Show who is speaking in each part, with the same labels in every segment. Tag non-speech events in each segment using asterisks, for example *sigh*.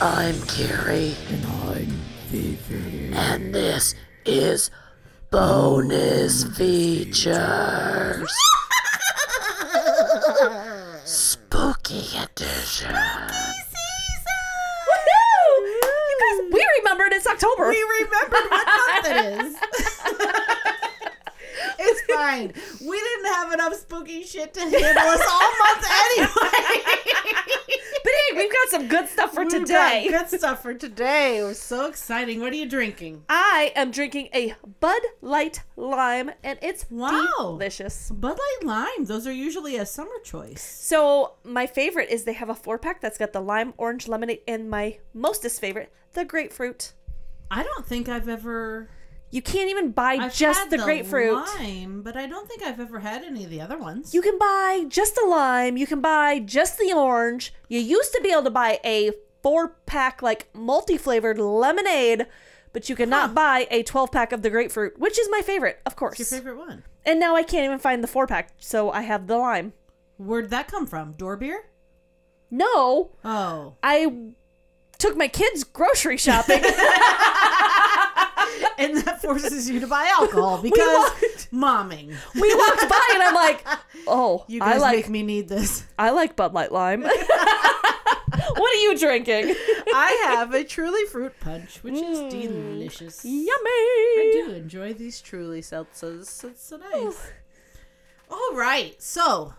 Speaker 1: I'm Carrie,
Speaker 2: And I'm Fifi.
Speaker 1: and this is bonus features. Spooky edition.
Speaker 3: Woohoo! You guys, we remembered it's October.
Speaker 4: We remembered what month it *laughs* is. it's fine. We didn't have enough spooky shit to handle us all month *laughs* anyway.
Speaker 3: *laughs* but hey, we've got some good stuff for
Speaker 4: We've
Speaker 3: today.
Speaker 4: got good stuff for today. It was so exciting. What are you drinking?
Speaker 3: I am drinking a Bud Light Lime, and it's
Speaker 4: Wow.
Speaker 3: delicious.
Speaker 4: Bud Light Lime. Those are usually a summer choice.
Speaker 3: So my favorite is they have a four pack that's got the lime, orange, lemonade, and my mostest favorite, the grapefruit.
Speaker 4: I don't think I've ever
Speaker 3: You can't even buy
Speaker 4: I've
Speaker 3: just
Speaker 4: had
Speaker 3: the, grapefruit.
Speaker 4: lime, but I don't think I've ever had any of the other ones.
Speaker 3: You can buy just the lime. You can buy just the orange. You used to be able to buy a four pack, like multi flavored lemonade, but you cannot buy a 12 pack of the grapefruit, which is my favorite, of course.
Speaker 4: What's your favorite one?
Speaker 3: And now I can't even find the four pack, so I have the lime.
Speaker 4: Where'd that come from? Door beer?
Speaker 3: No,
Speaker 4: Oh,
Speaker 3: I took my kids grocery shopping.
Speaker 4: and that forces you to buy *laughs* alcohol because *laughs* momming.
Speaker 3: we walked by, and I'm like,
Speaker 4: *laughs*
Speaker 3: oh,
Speaker 4: You
Speaker 3: I
Speaker 4: guys
Speaker 3: like
Speaker 4: make me need this.
Speaker 3: I like Bud Light Lime. *laughs* what are you
Speaker 4: *laughs*
Speaker 3: drinking?
Speaker 4: *laughs* I have a truly fruit punch, which is delicious.
Speaker 3: Yummy.
Speaker 4: I do enjoy these truly seltzers. It's so nice. All right, so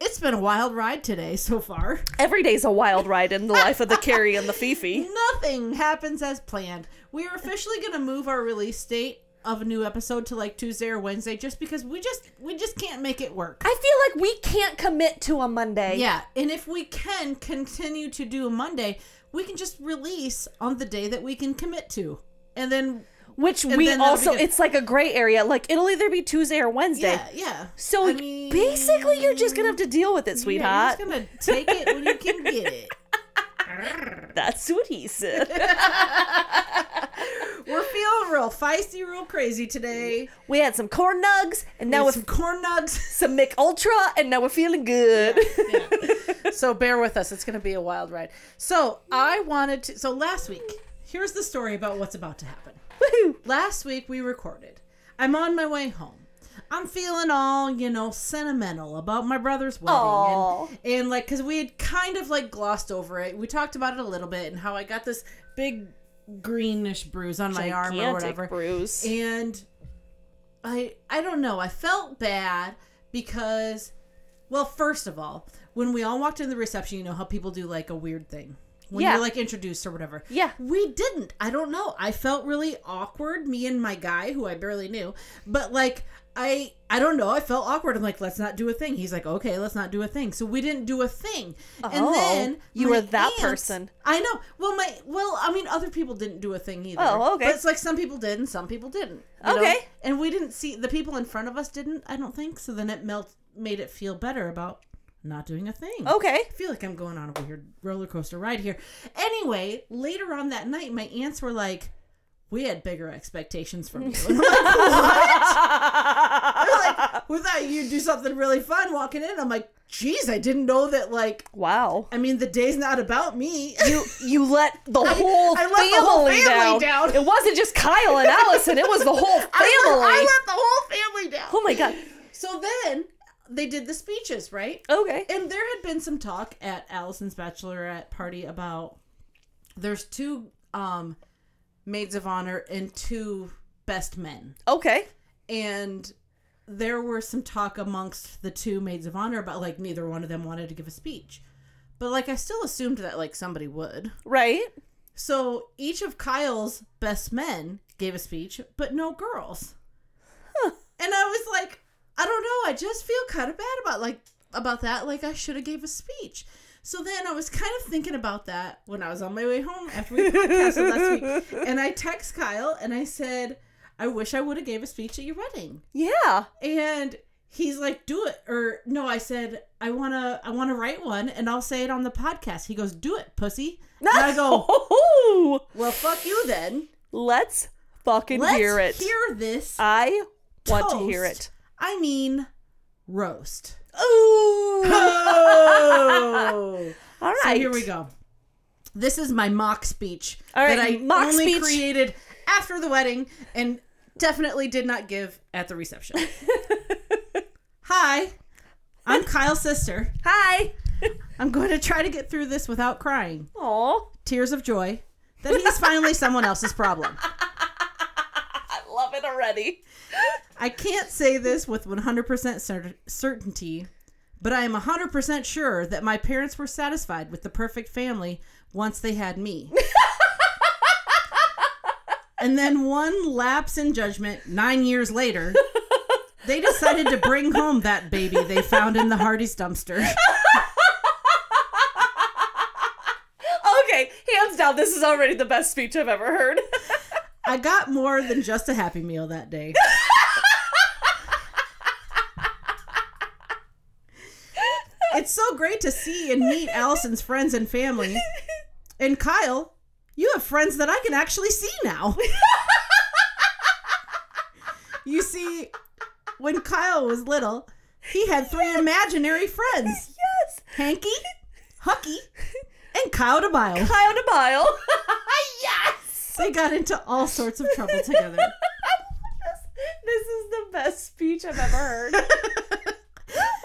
Speaker 4: it's been a wild ride today so *laughs* far.
Speaker 3: Every day's a wild ride in the life of the Carrie and the Fifi.
Speaker 4: Nothing happens as planned. We are officially going to move our release date of a new episode to like Tuesday or Wednesday just because we just we just can't make it work.
Speaker 3: I feel like we can't commit to a Monday.
Speaker 4: Yeah, and if we can continue to do a Monday, we can just release on the day that we can commit to. And then
Speaker 3: Which
Speaker 4: And
Speaker 3: we
Speaker 4: then that'll
Speaker 3: also,
Speaker 4: be good.
Speaker 3: it's like a gray area. Like, it'll either be Tuesday or Wednesday.
Speaker 4: yeah, yeah.
Speaker 3: So
Speaker 4: I mean,
Speaker 3: basically, you're just going to have to deal with it,
Speaker 4: yeah,
Speaker 3: sweetheart.
Speaker 4: you're just gonna take it when you can get *laughs* it.
Speaker 3: That's what he
Speaker 4: *laughs*
Speaker 3: said.
Speaker 4: We're feeling real feisty, real crazy today.
Speaker 3: we had some corn nugs, and now
Speaker 4: Now
Speaker 3: we're
Speaker 4: with some corn nugs.
Speaker 3: some Mick Ultra, and now we're feeling good.
Speaker 4: *laughs* so bear with us. It's gonna be a wild ride. So I wanted to. So last week, here's the story about what's about to happen.
Speaker 3: *laughs* Woohoo!
Speaker 4: Last week we recorded. I'm on my way home. I'm feeling all, you know, sentimental about my brother's wedding.
Speaker 3: Aw.
Speaker 4: And, and like, because we had kind of like glossed over it. We talked about it a little bit and how I got this big greenish bruise on my arm or whatever.
Speaker 3: bruise.
Speaker 4: And I I don't know. I felt bad because well, first of all, when we all walked in the reception, you know how people do like a weird thing. When
Speaker 3: Yeah.
Speaker 4: you're like introduced or whatever.
Speaker 3: Yeah.
Speaker 4: We didn't. I don't know. I felt really awkward, me and my guy who I barely knew. But like I I don't know. I felt awkward. I'm like, let's not do a thing. He's like, okay, let's not do a thing. So we didn't do a thing.
Speaker 3: Oh,
Speaker 4: and then
Speaker 3: you
Speaker 4: my
Speaker 3: were that
Speaker 4: aunt-
Speaker 3: person.
Speaker 4: I know. Well, my well, I mean, other people didn't do a thing either.
Speaker 3: Oh, okay.
Speaker 4: But it's like some people did and some people didn't. you know?
Speaker 3: Okay.
Speaker 4: And we didn't see the people in front of us didn't. I don't think so. Then it melt made it feel better about not doing a thing.
Speaker 3: Okay.
Speaker 4: I feel like I'm going on a weird roller coaster ride here. Anyway, later on that night, my aunts were like, "We had bigger expectations from you." And I'm like, what? They're like, we thought you'd do something really fun walking in. I'm like, "Geez, I didn't know that." Like,
Speaker 3: Wow.
Speaker 4: I mean, the day's not about me.
Speaker 3: you *laughs* you let the whole,
Speaker 4: I let
Speaker 3: family,
Speaker 4: the whole family
Speaker 3: down.
Speaker 4: down.
Speaker 3: It wasn't just Kyle and Allison; it was the whole family.
Speaker 4: *laughs* I let, I let the whole family down.
Speaker 3: oh my god.
Speaker 4: So then they did the speeches, right?
Speaker 3: Okay.
Speaker 4: And there had been some talk at Allison's bachelorette party about there's two um, maids of honor and two best men,
Speaker 3: Okay.
Speaker 4: and there were some talk amongst the two maids of honor about like neither one of them wanted to give a speech, but like I still assumed that like somebody would.
Speaker 3: Right.
Speaker 4: So each of Kyle's best men gave a speech, but no girls. And I was like, I don't know. I just feel kind of bad about like about that. Like I should have gave a speech. So then I was kind of thinking about that when I was on my way home after we podcasted last week, and I text Kyle and I said, I wish I would have gave a speech at your wedding.
Speaker 3: Yeah.
Speaker 4: And he's like, Do it, or no? I said, I wanna, I wanna write one, and I'll say it on the podcast. He goes, Do it, pussy. And I go,
Speaker 3: *laughs* Oh,
Speaker 4: well, fuck you then.
Speaker 3: let's fucking
Speaker 4: Let's
Speaker 3: hear it.
Speaker 4: Hear this.
Speaker 3: I want to hear
Speaker 4: toast.
Speaker 3: it.
Speaker 4: I mean, roast.
Speaker 3: Ooh.
Speaker 4: *laughs*
Speaker 3: *laughs*
Speaker 4: Oh.
Speaker 3: All right.
Speaker 4: So here we go. This is my mock speech
Speaker 3: All right,
Speaker 4: that I
Speaker 3: mock
Speaker 4: only
Speaker 3: speech.
Speaker 4: created after the wedding and definitely did not give at the reception.
Speaker 3: *laughs*
Speaker 4: Hi, I'm Kyle's sister.
Speaker 3: Hi.
Speaker 4: I'm going to try to get through this without crying.
Speaker 3: Aw.
Speaker 4: Tears of joy that he's finally someone else's problem.
Speaker 3: I love it already.
Speaker 4: I can't say this with 100% cer- certainty, but I am 100% sure that my parents were satisfied with the perfect family once they had me. and then one lapse in judgment 9 years later, they decided to bring home that baby they found in the Hardy's dumpster.
Speaker 3: Okay, hands down, this is already the best speech I've ever heard. *laughs*
Speaker 4: I got more than just a happy meal that day. it's so great to see and meet Allison's friends and family. And Kyle, you have friends that I can actually see now. you see, when Kyle was little, he had three imaginary friends
Speaker 3: yes. *laughs*
Speaker 4: Hanky, Hucky, and Kyle DeBile.
Speaker 3: High on a mile. *laughs* yes.
Speaker 4: They got into all sorts of trouble
Speaker 3: *laughs*
Speaker 4: together.
Speaker 3: This is the best speech I've ever
Speaker 4: *laughs*
Speaker 3: heard.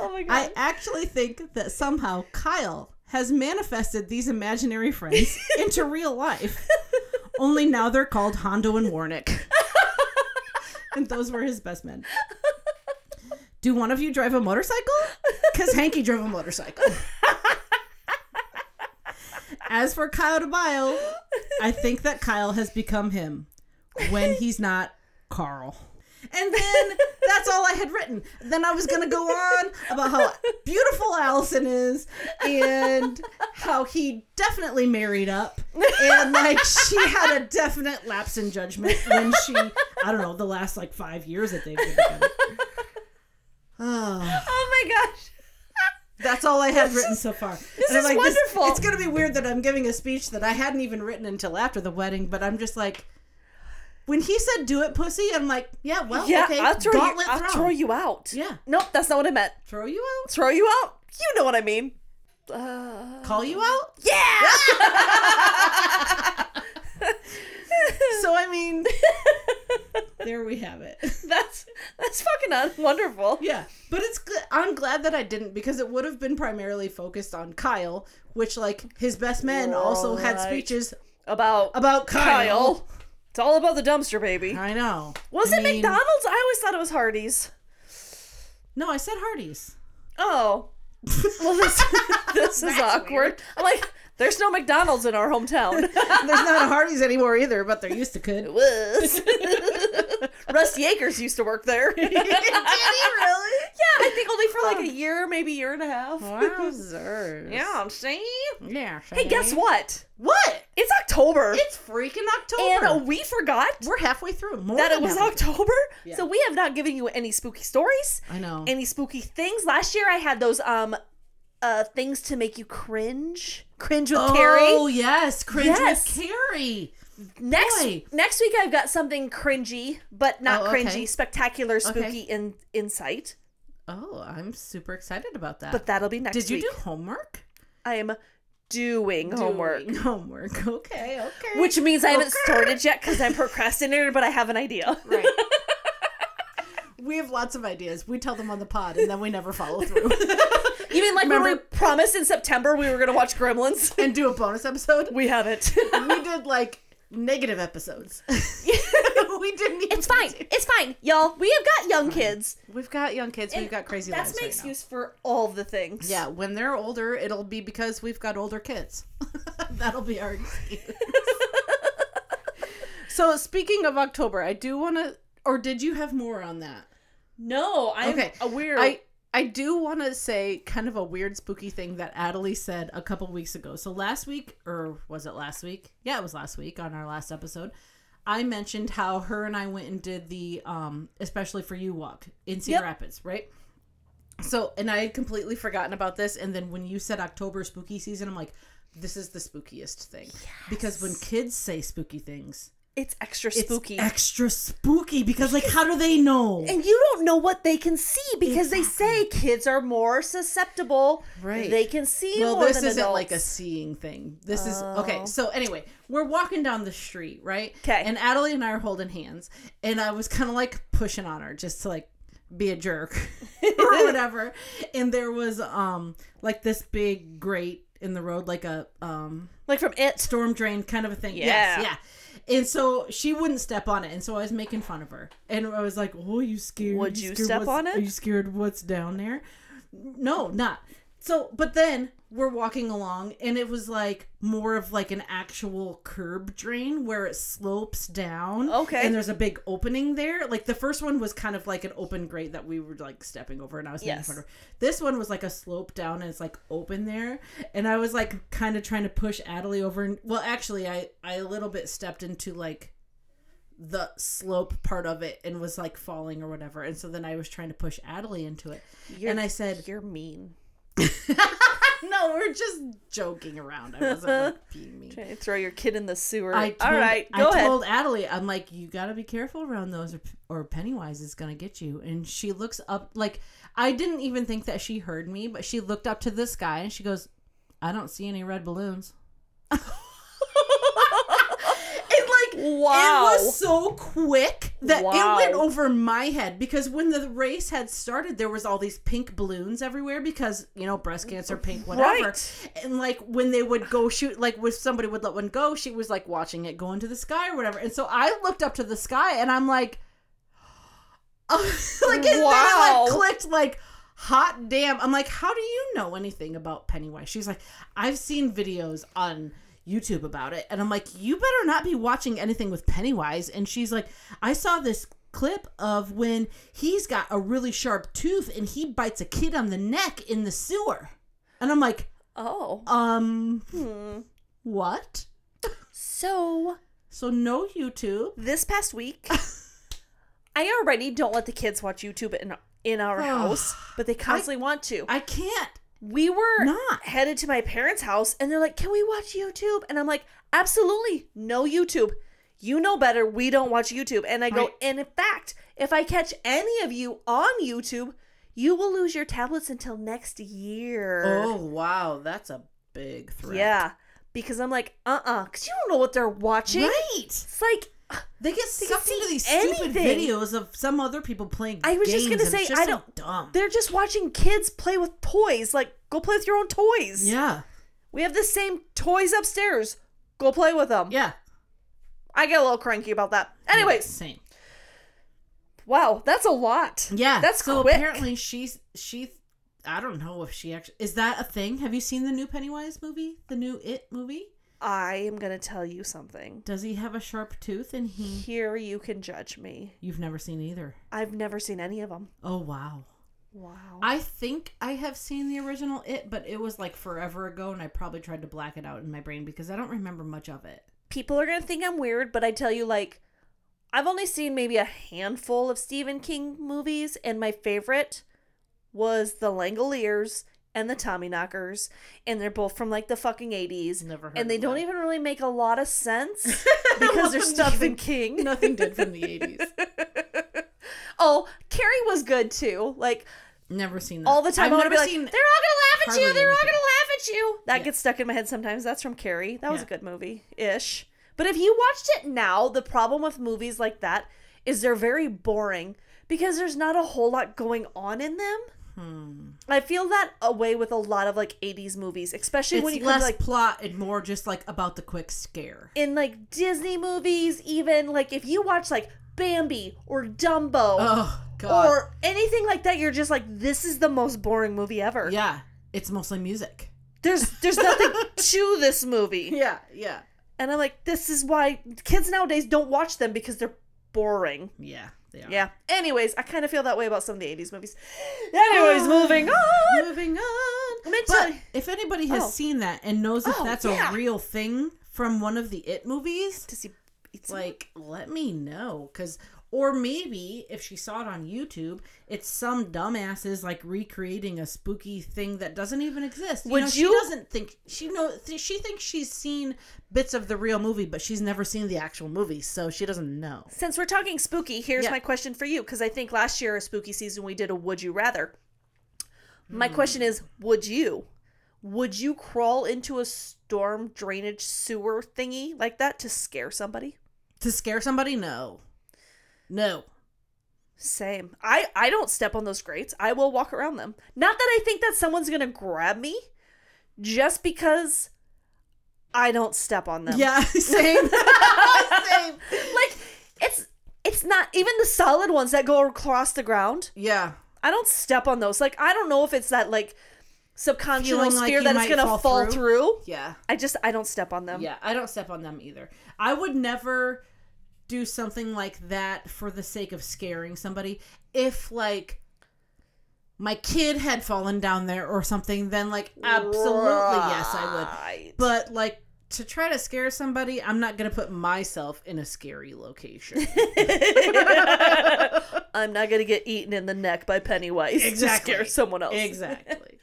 Speaker 3: oh my
Speaker 4: I
Speaker 3: god.
Speaker 4: actually think that somehow Kyle has manifested these imaginary friends into real life. Only now they're called Hondo and Warnick. and those were his best men. Do one of you drive a motorcycle? Because Hanky drove a motorcycle. As for Kyle DeBio, I think that Kyle has become him when he's not Carl. And then that's all I had written. Then I was going to go on about how beautiful Allison is and how he definitely married up. And like she had a definite lapse in judgment when she, I don't know, the last like five years that they've been together. Oh,
Speaker 3: *laughs* oh my gosh.
Speaker 4: that's all I had written so far. This
Speaker 3: is wonderful.
Speaker 4: it's going to be weird that I'm giving a speech that I hadn't even written until after the wedding, but I'm just like, when he said "do it, pussy," I'm like, yeah, well,
Speaker 3: Yeah,
Speaker 4: Oh, okay,
Speaker 3: I'll, throw you,
Speaker 4: gauntlet
Speaker 3: I'll
Speaker 4: thrown.
Speaker 3: throw you out.
Speaker 4: Yeah.
Speaker 3: Nope, that's not what I meant.
Speaker 4: throw you out,
Speaker 3: Throw you out. You know what I mean. Uh,
Speaker 4: call you out.
Speaker 3: yeah.
Speaker 4: So I
Speaker 3: *laughs*
Speaker 4: mean, there we have it.
Speaker 3: *laughs* that's that's fucking un- wonderful.
Speaker 4: *laughs* Yeah, but it's good. I'm glad that I didn't because it would have been primarily focused on Kyle, which like his best men also had
Speaker 3: Right.
Speaker 4: speeches
Speaker 3: About
Speaker 4: about Kyle.
Speaker 3: Kyle. It's all about the dumpster baby.
Speaker 4: I know.
Speaker 3: Was
Speaker 4: I
Speaker 3: it
Speaker 4: mean-
Speaker 3: McDonald's? I always thought it was Hardee's.
Speaker 4: No, I said Hardee's.
Speaker 3: Oh. *laughs* Well, this this is awkward. I'm like, there's no McDonald's in our *laughs* hometown.
Speaker 4: *laughs* There's not a Hardee's anymore either, but there used to could.
Speaker 3: Was. Rusty Akers used to work there. *laughs* *laughs* Did he really? Yeah, I think only for like a year, maybe year and a half.
Speaker 4: Wowzers.
Speaker 3: Yeah, I'm saying.
Speaker 4: Yeah.
Speaker 3: Hey, guess what?
Speaker 4: what?
Speaker 3: It's October,
Speaker 4: It's freaking October.
Speaker 3: and we forgot
Speaker 4: We're halfway through. More
Speaker 3: that it
Speaker 4: than
Speaker 3: was
Speaker 4: halfway.
Speaker 3: October.
Speaker 4: Yeah.
Speaker 3: So we have not given you any spooky stories,
Speaker 4: I know.
Speaker 3: any spooky things. Last year, I had those um, uh, things to make you cringe, cringe with
Speaker 4: Oh
Speaker 3: Carrie.
Speaker 4: yes, cringe
Speaker 3: Yes.
Speaker 4: with Carrie.
Speaker 3: Next
Speaker 4: boy.
Speaker 3: next week, I've got something cringy, but not
Speaker 4: Oh, okay.
Speaker 3: cringy, spectacular, spooky
Speaker 4: Okay.
Speaker 3: in insight.
Speaker 4: Oh, I'm super excited about that.
Speaker 3: But that'll be next
Speaker 4: Did you
Speaker 3: week.
Speaker 4: do homework?
Speaker 3: I am doing homework.
Speaker 4: Doing *laughs* homework. Okay. Okay.
Speaker 3: Which means I haven't started yet because I'm procrastinator, but I have an *laughs* idea.
Speaker 4: *laughs* right. *laughs* we have lots of ideas. We tell them on the pod, and then we never follow *laughs* through
Speaker 3: Even like when we
Speaker 4: Remember-
Speaker 3: promised in September we were going to watch Gremlins,
Speaker 4: and do a bonus episode.
Speaker 3: *laughs* we *laughs* haven't.
Speaker 4: *laughs* We did like negative episodes. *laughs* we didn't. Even
Speaker 3: It's
Speaker 4: *laughs*
Speaker 3: fine. It's fine, y'all. We have got young kids.
Speaker 4: We've got young kids. We've got crazy.
Speaker 3: That's
Speaker 4: lives
Speaker 3: my
Speaker 4: right now.
Speaker 3: excuse for all the things.
Speaker 4: Yeah, when they're older, it'll be because we've got older kids. *laughs* That'll be our excuse. so speaking of October, I do want to, or did you have more on that?
Speaker 3: No, I'm
Speaker 4: Okay,
Speaker 3: aware.
Speaker 4: I I do want to say kind of a weird, spooky thing that Adelie said a couple weeks ago. So last week, or was it last week? Yeah, it was last week on our last episode. I mentioned how her and I went and did the um, especially for you walk in Cedar
Speaker 3: Yep.
Speaker 4: Rapids, right? So, and I had completely forgotten about this. And then when you said October spooky season, I'm like, this is the spookiest thing because when kids say spooky things,
Speaker 3: It's extra
Speaker 4: It's
Speaker 3: spooky.
Speaker 4: extra spooky because like how do they know?
Speaker 3: and you don't know what they can see because they say kids are more susceptible.
Speaker 4: Right.
Speaker 3: They can see
Speaker 4: well,
Speaker 3: more
Speaker 4: this
Speaker 3: than
Speaker 4: isn't
Speaker 3: adults.
Speaker 4: like a seeing thing. This is okay. So anyway, we're walking down the street, right?
Speaker 3: 'Kay.
Speaker 4: And Adelie and I are holding hands, and I was kind of like pushing on her just to like be a jerk *laughs* or whatever. And there was um like this big grate in the road, like a um
Speaker 3: like from it.
Speaker 4: storm drain kind of a thing.
Speaker 3: Yeah.
Speaker 4: Yes, yeah. And so she wouldn't step on it, and so I was making fun of her, and I was like, "Oh, you scared?
Speaker 3: Would you
Speaker 4: scared
Speaker 3: step
Speaker 4: what's-
Speaker 3: on it?
Speaker 4: Are you scared? What's down there? No, not." So, but then we're walking along, and it was like more of like an actual curb drain where it slopes down.
Speaker 3: Okay.
Speaker 4: and there's a big opening there. Like the first one was kind of like an open grate that we were like stepping over, and I was making
Speaker 3: Yes.
Speaker 4: fun of her. This one was like a slope down and it's like open there. And I was like kind of trying to push Adelie over. And, well, actually, I, I a little bit stepped into like the slope part of it and was like falling or whatever. And so then I was trying to push Adelie into it.
Speaker 3: You're-
Speaker 4: and I
Speaker 3: *laughs*
Speaker 4: said,
Speaker 3: You're mean.
Speaker 4: No, we're just joking around. I wasn't like, being mean.
Speaker 3: Trying to throw your kid in the sewer.
Speaker 4: I told,
Speaker 3: All right, go
Speaker 4: I
Speaker 3: ahead.
Speaker 4: told Adelie, I'm like, you got to be careful around those, or, or Pennywise is gonna get you. And she looks up, like I didn't even think that she heard me, but she looked up to the sky and she goes, "I don't see any red balloons." It like
Speaker 3: Wow.
Speaker 4: it was so quick that
Speaker 3: Wow.
Speaker 4: it went over my head because when the race had started, there was all these pink balloons everywhere because you know breast cancer, pink, whatever.
Speaker 3: Right.
Speaker 4: And like when they would go shoot, like when somebody would let one go, she was like watching it go into the sky or whatever. And so I looked up to the sky and I'm like, *laughs* like and then I
Speaker 3: Wow.
Speaker 4: like clicked like. Hot damn. I'm like, how do you know anything about Pennywise? She's like, I've seen videos on YouTube about it. And I'm like, you better not be watching anything with Pennywise. And she's like, I saw this clip of when he's got a really sharp tooth and he bites a kid on the neck in the sewer. And I'm like,
Speaker 3: oh.
Speaker 4: um,
Speaker 3: Hmm.
Speaker 4: what?
Speaker 3: So
Speaker 4: So no YouTube.
Speaker 3: this past
Speaker 4: *laughs*
Speaker 3: week, I already don't let the kids watch YouTube in in our house, but they constantly want to.
Speaker 4: I can't.
Speaker 3: we were
Speaker 4: Not.
Speaker 3: headed to my parents' house, and they're like, "Can we watch YouTube?" And I'm like, "Absolutely, no YouTube. You know better. We don't watch YouTube." And I go,
Speaker 4: Right.
Speaker 3: "And in fact, if I catch any of you on YouTube." You will lose your tablets until next year.
Speaker 4: Oh, wow, that's a big threat.
Speaker 3: yeah. Because I'm like, uh uh Because you don't know what they're watching.
Speaker 4: Right.
Speaker 3: It's like,
Speaker 4: They get sucked
Speaker 3: see
Speaker 4: into these stupid
Speaker 3: anything.
Speaker 4: videos of some other people playing.
Speaker 3: I was just
Speaker 4: games,
Speaker 3: gonna
Speaker 4: and
Speaker 3: say,
Speaker 4: it's just
Speaker 3: I
Speaker 4: so
Speaker 3: don't-
Speaker 4: dumb.
Speaker 3: They're just watching kids play with toys. Like, go play with your own toys.
Speaker 4: Yeah,
Speaker 3: We have the same toys upstairs. Go play with them.
Speaker 4: yeah.
Speaker 3: I get a little cranky about that. Anyways,
Speaker 4: same.
Speaker 3: wow, that's a lot.
Speaker 4: Yeah,
Speaker 3: That's
Speaker 4: so
Speaker 3: quick.
Speaker 4: apparently she's she. I don't know if she actually is that a thing. Have you seen the new Pennywise movie, the new It movie?
Speaker 3: I am gonna tell you something.
Speaker 4: Does he have a sharp tooth? And he,
Speaker 3: Here you can judge me.
Speaker 4: you've never seen either.
Speaker 3: I've never seen any of them.
Speaker 4: Oh wow.
Speaker 3: Wow.
Speaker 4: I think I have seen the original It, but it was like forever ago, and I probably tried to black it out in my brain because I don't remember much of it.
Speaker 3: People are gonna think I'm weird, but I tell you, like, I've only seen maybe a handful of Stephen King movies, and my favorite was The Langoliers and The Tommyknockers, and they're both from like the fucking 80s.
Speaker 4: Never heard
Speaker 3: And they
Speaker 4: of
Speaker 3: don't
Speaker 4: that.
Speaker 3: even really make a lot of
Speaker 4: *laughs*
Speaker 3: sense because they're Stephen King.
Speaker 4: Nothing did from the eighties.
Speaker 3: Oh, Carrie was good too. Like
Speaker 4: *laughs* Never seen that.
Speaker 3: all the time, I
Speaker 4: I've
Speaker 3: want to be
Speaker 4: never
Speaker 3: like, they're all gonna
Speaker 4: seen.
Speaker 3: laugh at you.
Speaker 4: hardly
Speaker 3: They're all
Speaker 4: anything.
Speaker 3: gonna laugh at you. That
Speaker 4: Yeah.
Speaker 3: gets stuck in my head sometimes. That's from Carrie. That was
Speaker 4: Yeah.
Speaker 3: a good movie ish. But if you watched it now, the problem with movies like that is they're very boring because there's not a whole lot going on in them.
Speaker 4: Hmm.
Speaker 3: I feel that away with a lot of like '80s movies, especially
Speaker 4: It's
Speaker 3: when you come
Speaker 4: less
Speaker 3: to, like
Speaker 4: plot and more just like about the quick scare.
Speaker 3: in like Disney movies. Even like if you watch like Bambi or Dumbo,
Speaker 4: Oh god.
Speaker 3: or anything like that you're just like this is the most boring movie ever
Speaker 4: yeah, it's mostly music.
Speaker 3: there's there's nothing
Speaker 4: *laughs*
Speaker 3: to this movie
Speaker 4: Yeah, yeah,
Speaker 3: and i'm like this is why kids nowadays don't watch them because they're boring
Speaker 4: yeah. They are.
Speaker 3: yeah anyways i kind of feel that way about some of the 80s movies
Speaker 4: Ah.
Speaker 3: anyways moving on
Speaker 4: Moving on.
Speaker 3: Let me tell
Speaker 4: But
Speaker 3: you-
Speaker 4: if anybody has
Speaker 3: Oh.
Speaker 4: seen that and knows if
Speaker 3: Oh,
Speaker 4: that's
Speaker 3: yeah.
Speaker 4: a real thing from one of the It movies,
Speaker 3: does he eat some-
Speaker 4: like let me know because Or maybe if she saw it on YouTube, it's some dumbasses like recreating a spooky thing that doesn't even exist. You
Speaker 3: Would
Speaker 4: know, she
Speaker 3: you-
Speaker 4: doesn't think she know th- she thinks she's seen bits of the real movie, but she's never seen the actual movie, so she doesn't know.
Speaker 3: Since we're talking spooky, here's
Speaker 4: Yeah.
Speaker 3: my question for you because I think last year, a spooky season, we did a would you rather. My
Speaker 4: Hmm.
Speaker 3: question is would you? Would you crawl into a storm drainage sewer thingy like that to scare somebody?
Speaker 4: To scare somebody? No. No.
Speaker 3: Same. I I don't step on those grates. I will walk around them. Not that I think that someone's going to grab me just because I don't step on them.
Speaker 4: Yeah, same. same.
Speaker 3: Like it's it's not even the solid ones that go across the ground.
Speaker 4: *laughs* Yeah.
Speaker 3: I don't step on those. Like I don't know if it's that like subconscious
Speaker 4: Feeling like
Speaker 3: fear
Speaker 4: you
Speaker 3: that it's
Speaker 4: might
Speaker 3: gonna
Speaker 4: fall
Speaker 3: fall,
Speaker 4: through.
Speaker 3: through.
Speaker 4: Yeah.
Speaker 3: I just I don't step on them.
Speaker 4: Yeah, I don't step on them either. I would never do something like that for the sake of scaring somebody. If like my kid had fallen down there or something, then like absolutely yes, I
Speaker 3: Right.
Speaker 4: would. But like to try to scare somebody, I'm not gonna put myself in a
Speaker 3: *laughs*
Speaker 4: scary location.
Speaker 3: I'm not gonna get eaten in the neck by Pennywise *laughs* to scare someone else. *laughs*
Speaker 4: Exactly.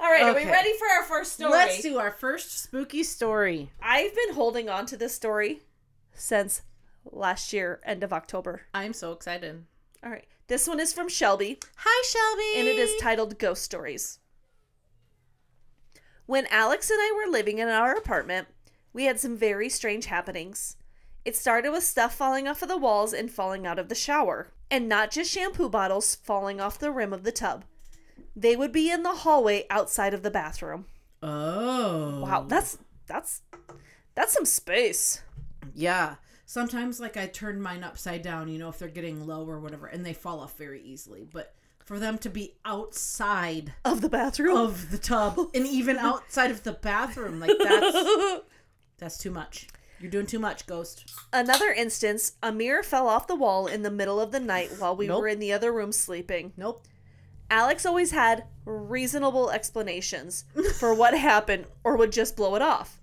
Speaker 3: All right, are
Speaker 4: Okay.
Speaker 3: we ready for our first story?
Speaker 4: Let's do our first spooky story.
Speaker 3: I've been holding on to this story since last year, end of October.
Speaker 4: I'm so excited.
Speaker 3: All right, this one is from Shelby.
Speaker 4: Hi, Shelby.
Speaker 3: and it is titled Ghost Stories. When Alex and I were living in our apartment, we had some very strange happenings. It started with stuff falling off of the walls and falling out of the shower, and not just shampoo bottles falling off the rim of the tub. They would be in the hallway outside of the bathroom.
Speaker 4: Oh.
Speaker 3: Wow, that's that's that's some space.
Speaker 4: Yeah. Sometimes, like, I turn mine upside down, you know, if they're getting low or whatever, and they fall off very easily. But for them to be outside
Speaker 3: Of the bathroom.
Speaker 4: of the *laughs* tub and even outside of the bathroom, like, that's, *laughs* that's too much. You're doing too much, ghost.
Speaker 3: Another instance, a mirror fell off the wall in the middle of the night while we
Speaker 4: Nope.
Speaker 3: were in the other room sleeping.
Speaker 4: Nope.
Speaker 3: Alex always had reasonable explanations for what *laughs* happened or would just blow it off.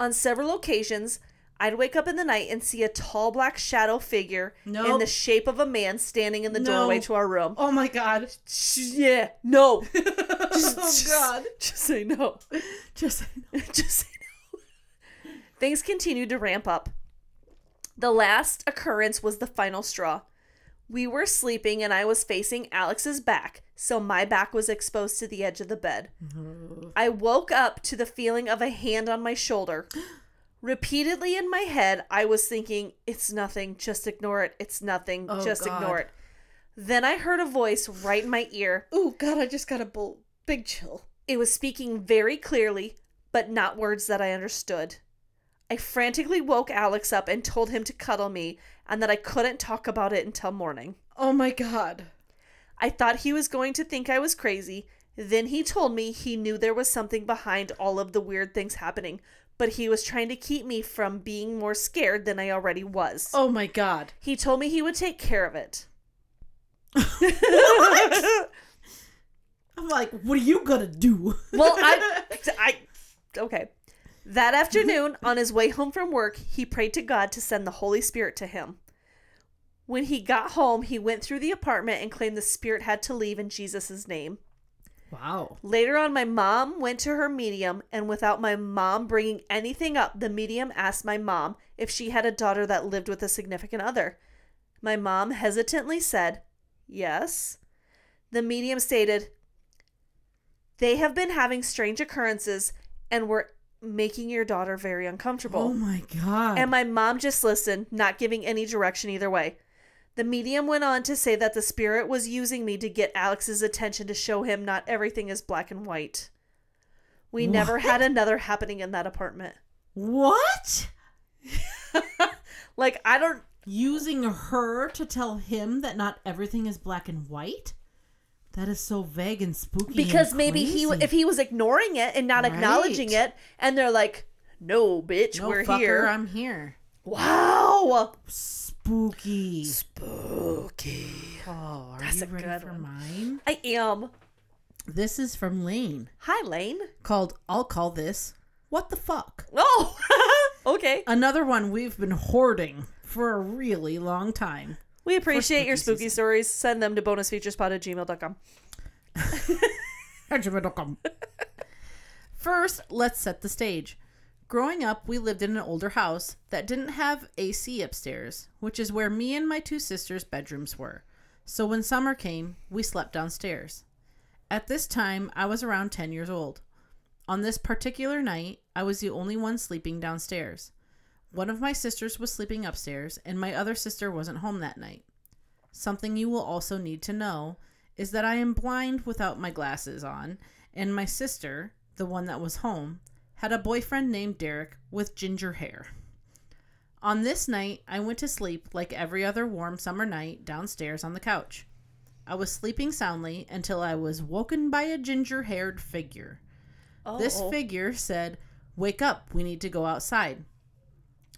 Speaker 3: On several occasions, I'd wake up in the night and see a tall black shadow figure in
Speaker 4: Nope.
Speaker 3: the shape of a man standing in the
Speaker 4: No.
Speaker 3: doorway to our room.
Speaker 4: Oh my god.
Speaker 3: Yeah, *laughs* no.
Speaker 4: oh god.
Speaker 3: Just say no.
Speaker 4: Just
Speaker 3: *laughs* Just say no. Things continued to ramp up. The last occurrence was the final straw. We were sleeping and I was facing Alex's back, so my back was exposed to the edge of the bed. I woke up to the feeling of a hand on my shoulder. *gasps* Repeatedly in my head, I was thinking, It's nothing, just ignore it, it's nothing,
Speaker 4: Oh,
Speaker 3: just
Speaker 4: God.
Speaker 3: ignore it. Then I heard a voice right in my ear.
Speaker 4: Oh god, I just got a bull- big chill.
Speaker 3: It was speaking very clearly, but not words that I understood. I frantically woke Alex up and told him to cuddle me and that I couldn't talk about it until morning.
Speaker 4: Oh my god.
Speaker 3: I thought he was going to think I was crazy. Then he told me he knew there was something behind all of the weird things happening, but he was trying to keep me from being more scared than I already was.
Speaker 4: Oh my *laughs* god.
Speaker 3: He told me he would take care of it.
Speaker 4: I'm like, what are you gonna do?
Speaker 3: Well,
Speaker 4: *laughs*
Speaker 3: I, *laughs* I, okay. That afternoon, on his way home from work, he prayed to God to send the Holy Spirit to him. When he got home, he went through the apartment and claimed the spirit had to leave in Jesus' name.
Speaker 4: Wow.
Speaker 3: Later on, my mom went to her medium, and without my mom bringing anything up, the medium asked my mom if she had a daughter that lived with a significant other. My mom hesitantly said, Yes. The medium stated, They have been having strange occurrences and were making your daughter very uncomfortable.
Speaker 4: Oh my god.
Speaker 3: And my mom just listened, not giving any direction either way. The medium went on to say that the spirit was using me to get Alex's attention to show him not everything is black and white. We never had another happening in that apartment.
Speaker 4: what?
Speaker 3: Like, I don't.
Speaker 4: using her to tell him that not everything is black and white that is so vague and spooky
Speaker 3: Because maybe he, if he was ignoring it and not acknowledging
Speaker 4: Right.
Speaker 3: it, and they're like, no, bitch,
Speaker 4: no,
Speaker 3: we're
Speaker 4: fucker,
Speaker 3: here.
Speaker 4: i'm here
Speaker 3: wow.
Speaker 4: spooky
Speaker 1: Spooky.
Speaker 4: oh are
Speaker 3: That's a
Speaker 4: you ready
Speaker 3: good
Speaker 4: for
Speaker 3: one.
Speaker 4: mine
Speaker 3: I am.
Speaker 4: this is from lane
Speaker 3: Hi, Lane.
Speaker 4: called i'll call this what the fuck
Speaker 3: Oh, *laughs* okay.
Speaker 4: another one we've been hoarding for a really long time.
Speaker 3: We appreciate your spooky stories. Send them to bonusfeaturespod at gmail.com.
Speaker 4: *laughs* First, let's set the stage. Growing up, we lived in an older house that didn't have AC upstairs, which is where me and my two sisters' bedrooms were. So when summer came, we slept downstairs. At this time, I was around 10 years old. On this particular night, I was the only one sleeping downstairs. One of my sisters was sleeping upstairs, and my other sister wasn't home that night. Something you will also need to know is that I am blind without my glasses on, and my sister, the one that was home, had a boyfriend named Derek with ginger hair. On this night, I went to sleep like every other warm summer night downstairs on the couch. I was sleeping soundly until I was woken by a ginger haired figure. This
Speaker 3: Oh.
Speaker 4: figure said, Wake up, we need to go outside.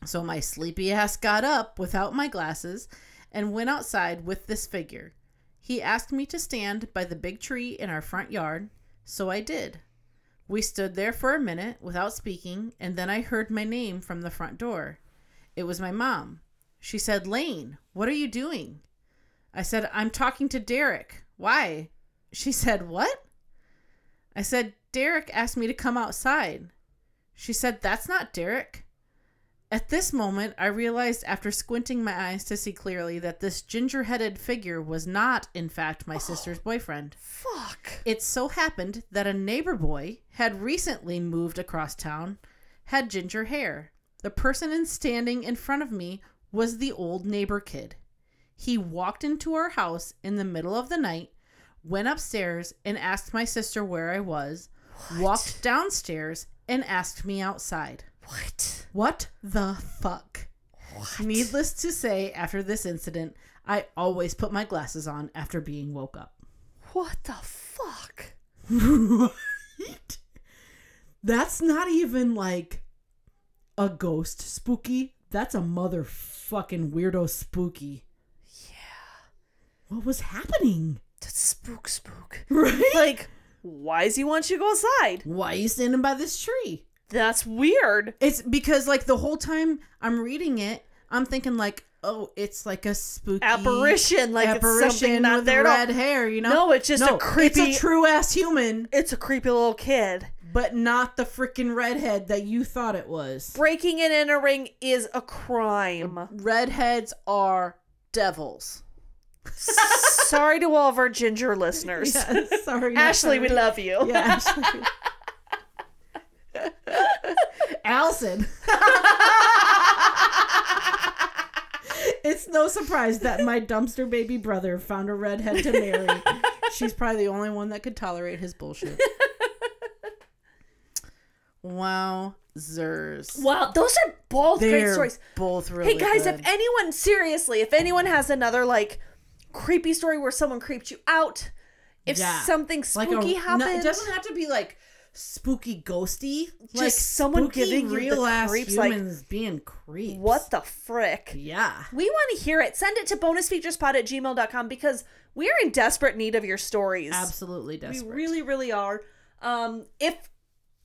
Speaker 4: So my sleepy ass got up without my glasses and went outside with this figure. He asked me to stand by the big tree in our front yard, so I did. We stood there for a minute without speaking, and then I heard my name from the front door. It was my mom. She said, Lane, what are you doing? I said, I'm talking to Derek. Why? She said, What? I said, Derek asked me to come outside. She said, That's not Derek. At this moment, I realized after squinting my eyes to see clearly that this ginger headed figure was not, in fact, my sister's boyfriend.
Speaker 3: Fuck.
Speaker 4: It so happened that a neighbor boy had recently moved across town, had ginger hair. The person in standing in front of me was the old neighbor kid. He walked into our house in the middle of the night, went upstairs and asked my sister where I was, walked downstairs and asked me outside.
Speaker 1: What?
Speaker 4: What the fuck? Needless to say, after this incident, I always put my glasses on after being woke up.
Speaker 3: What the fuck?
Speaker 4: right? That's not even like a ghost spooky. That's a motherfucking weirdo spooky. Yeah. What was happening?
Speaker 3: That's spook spook.
Speaker 4: Right?
Speaker 3: Like, why does he want you to go outside?
Speaker 4: Why are you standing by this tree?
Speaker 3: That's weird.
Speaker 4: It's because like the whole time I'm reading it, I'm thinking like, oh, it's like a spooky
Speaker 3: Apparition, like it's something not
Speaker 4: with
Speaker 3: there. at all.
Speaker 4: red hair, you know?
Speaker 3: No, it's just a creepy-
Speaker 4: It's a true ass human,
Speaker 3: It's a creepy little kid.
Speaker 4: but not the freaking redhead that you thought it was.
Speaker 3: Breaking and entering is a *laughs* crime.
Speaker 4: redheads are devils.
Speaker 3: Sorry to all of our ginger listeners.
Speaker 4: *laughs* sorry,
Speaker 3: Ashley, we love you. *laughs*
Speaker 4: Yeah, Ashley. Allison. *laughs* it's no surprise that my dumpster baby brother found a redhead
Speaker 3: *laughs*
Speaker 4: to marry. She's probably the only one that could tolerate his bullshit. wow, zers.
Speaker 3: Wow, those are both great
Speaker 4: They're
Speaker 3: stories.
Speaker 4: both really
Speaker 3: Hey guys,
Speaker 4: good.
Speaker 3: if anyone seriously, if anyone has another like creepy story where someone creeped you out, if
Speaker 4: Yeah.
Speaker 3: something spooky
Speaker 4: no-
Speaker 3: happened,
Speaker 4: it doesn't have to be like spooky ghosty. Just
Speaker 3: someone giving you the creeps, like,
Speaker 4: humans being creeps.
Speaker 3: what the frick?
Speaker 4: Yeah.
Speaker 3: We want to hear it. Send it to bonusfeaturespod at gmail.com because we're in desperate need of your stories.
Speaker 4: Absolutely desperate.
Speaker 3: We really, really are. Um, if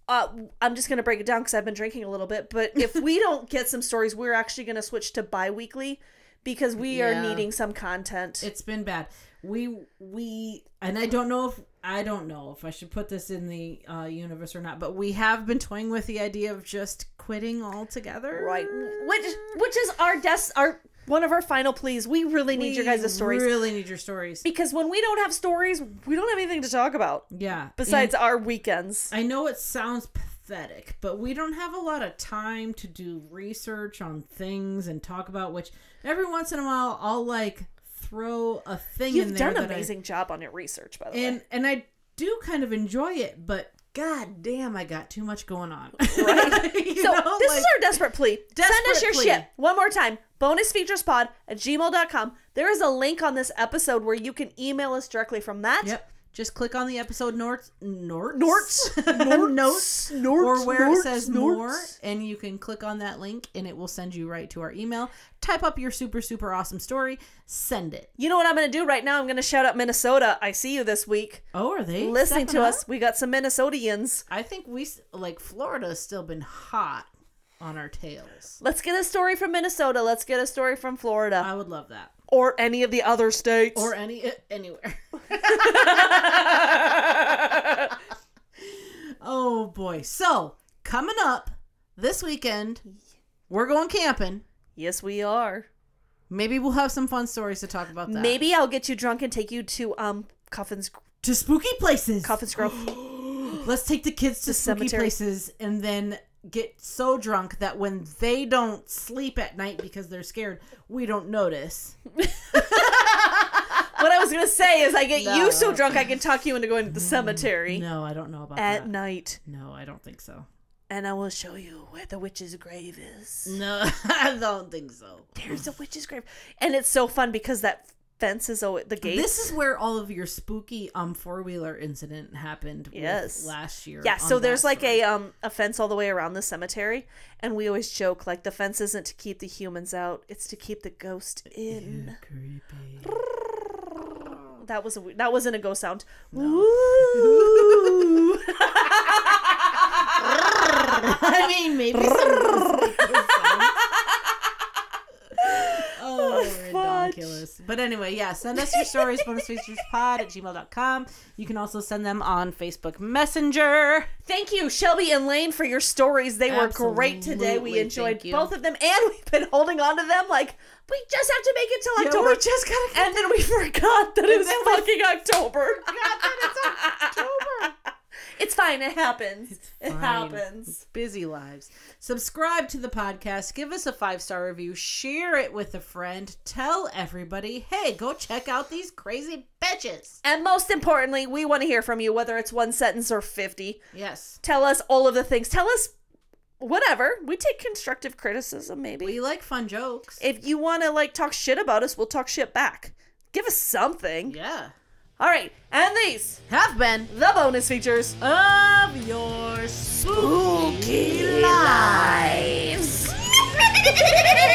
Speaker 3: uh, I'm just going to break it down because I've been drinking a little bit,
Speaker 4: *laughs*
Speaker 3: but if we don't get some stories, we're actually going to switch to bi weekly because we are
Speaker 4: Yeah.
Speaker 3: needing some content.
Speaker 4: it's been bad. We we and I don't know if I don't know if I should put this in the uh, universe or not, but we have been toying with the idea of just quitting altogether.
Speaker 3: right which which is our des- our one of our final pleas we really need your guys' stories
Speaker 4: Really need your stories.
Speaker 3: because when we don't have stories we don't have anything to talk about
Speaker 4: Yeah.
Speaker 3: besides our weekends
Speaker 4: I know it sounds pathetic, but we don't have a lot of time to do research on things and talk about which every once in a while I'll like throw a thing in
Speaker 3: you've
Speaker 4: there
Speaker 3: done an
Speaker 4: that I-
Speaker 3: amazing job on your research by the
Speaker 4: and and I do kind of enjoy it, but god damn I got too much going on.
Speaker 3: Right.
Speaker 4: *laughs* You
Speaker 3: way so
Speaker 4: know,
Speaker 3: this
Speaker 4: like-
Speaker 3: is our desperate plea send us
Speaker 4: Desperate
Speaker 3: your
Speaker 4: plea.
Speaker 3: shit one more time bonusfeaturespod at gmail.com there is a link on this episode where you can email us directly from that
Speaker 4: Yep. Just click on the episode norts norts *laughs*
Speaker 3: Norts.
Speaker 4: notes
Speaker 3: Norts,
Speaker 4: or where
Speaker 3: norts,
Speaker 4: it says more,
Speaker 3: norts.
Speaker 4: and you can click on that link, and it will send you right to our email. Type up your super super awesome story, send it.
Speaker 3: you know what i'm gonna do right now i'm gonna shout out minnesota i see you this week
Speaker 4: Oh, are they
Speaker 3: listening to
Speaker 4: stepping up?
Speaker 3: us we got some minnesotians
Speaker 4: I think we s- like Florida's still been hot. on our tails.
Speaker 3: Let's get a story from Minnesota. Let's get a story from Florida
Speaker 4: I would love that.
Speaker 3: or any of the other states.
Speaker 4: Um, Or any anywhere. *laughs* oh boy. So, coming up this weekend, we're going camping.
Speaker 3: yes, we are.
Speaker 4: Maybe we'll have some fun stories to talk about that.
Speaker 3: Maybe I'll get you drunk and take you to um Coffin's
Speaker 4: to spooky places.
Speaker 3: Coffin's Grove.
Speaker 4: *gasps*
Speaker 3: *laughs*
Speaker 4: Let's take the kids to
Speaker 3: The
Speaker 4: spooky
Speaker 3: cemetery.
Speaker 4: places and then get so drunk that when they don't sleep at night because they're scared, we don't notice.
Speaker 3: what I was gonna say is, I get
Speaker 4: No.
Speaker 3: you so drunk I can talk you into going to the cemetery
Speaker 4: No, I don't know about
Speaker 3: at
Speaker 4: that.
Speaker 3: night,
Speaker 4: No, I don't think so.
Speaker 3: and I will show you where the witch's grave is.
Speaker 4: No, *laughs* I don't think so.
Speaker 3: There's a witch's grave, and it's so fun because that fence is always the gate.
Speaker 4: This is where all of your spooky um four wheeler incident happened. with
Speaker 3: Yes.
Speaker 4: last year.
Speaker 3: Yeah,
Speaker 4: on
Speaker 3: so there's
Speaker 4: that
Speaker 3: like
Speaker 4: story.
Speaker 3: a um a fence all the way around the cemetery, and we always joke like the fence isn't to keep the humans out; it's to keep the ghost in.
Speaker 4: creepy.
Speaker 3: That was a w- that wasn't a ghost sound.
Speaker 4: *laughs*
Speaker 3: Woo!
Speaker 4: *laughs* I mean, maybe. some of
Speaker 3: *laughs*
Speaker 4: those secret sounds. *laughs* Oh, we're ridiculous. But anyway, yeah, send us
Speaker 3: *laughs*
Speaker 4: your stories, bonusfeaturespod at gmail.com. You can also send them on Facebook Messenger.
Speaker 3: Thank you, Shelby and Lane, for your stories. They were great today.
Speaker 4: Absolutely,
Speaker 3: We enjoyed
Speaker 4: thank you.
Speaker 3: both of them, and we've been holding on to them like we just have to make it till
Speaker 4: Yeah,
Speaker 3: October.
Speaker 4: we *laughs* just gotta get
Speaker 3: and then we forgot that it was fucking October. *laughs* it's fine. It happens. it
Speaker 4: fine.
Speaker 3: happens.
Speaker 4: busy lives. Subscribe to the podcast, give us a five star review, share it with a friend, tell everybody, hey, go check out these crazy bitches.
Speaker 3: And most importantly, we want to hear from you, whether it's one sentence or 50.
Speaker 4: Yes.
Speaker 3: Tell us all of the things. Tell us whatever. We take constructive criticism, maybe.
Speaker 4: We like fun jokes.
Speaker 3: if you want to, like, talk shit about us, we'll talk shit back. Give us something.
Speaker 4: Yeah.
Speaker 3: All right. And these,
Speaker 4: Have been
Speaker 3: the bonus features. *laughs*
Speaker 4: of *laughs* your spooky lives.
Speaker 3: Oh, *laughs*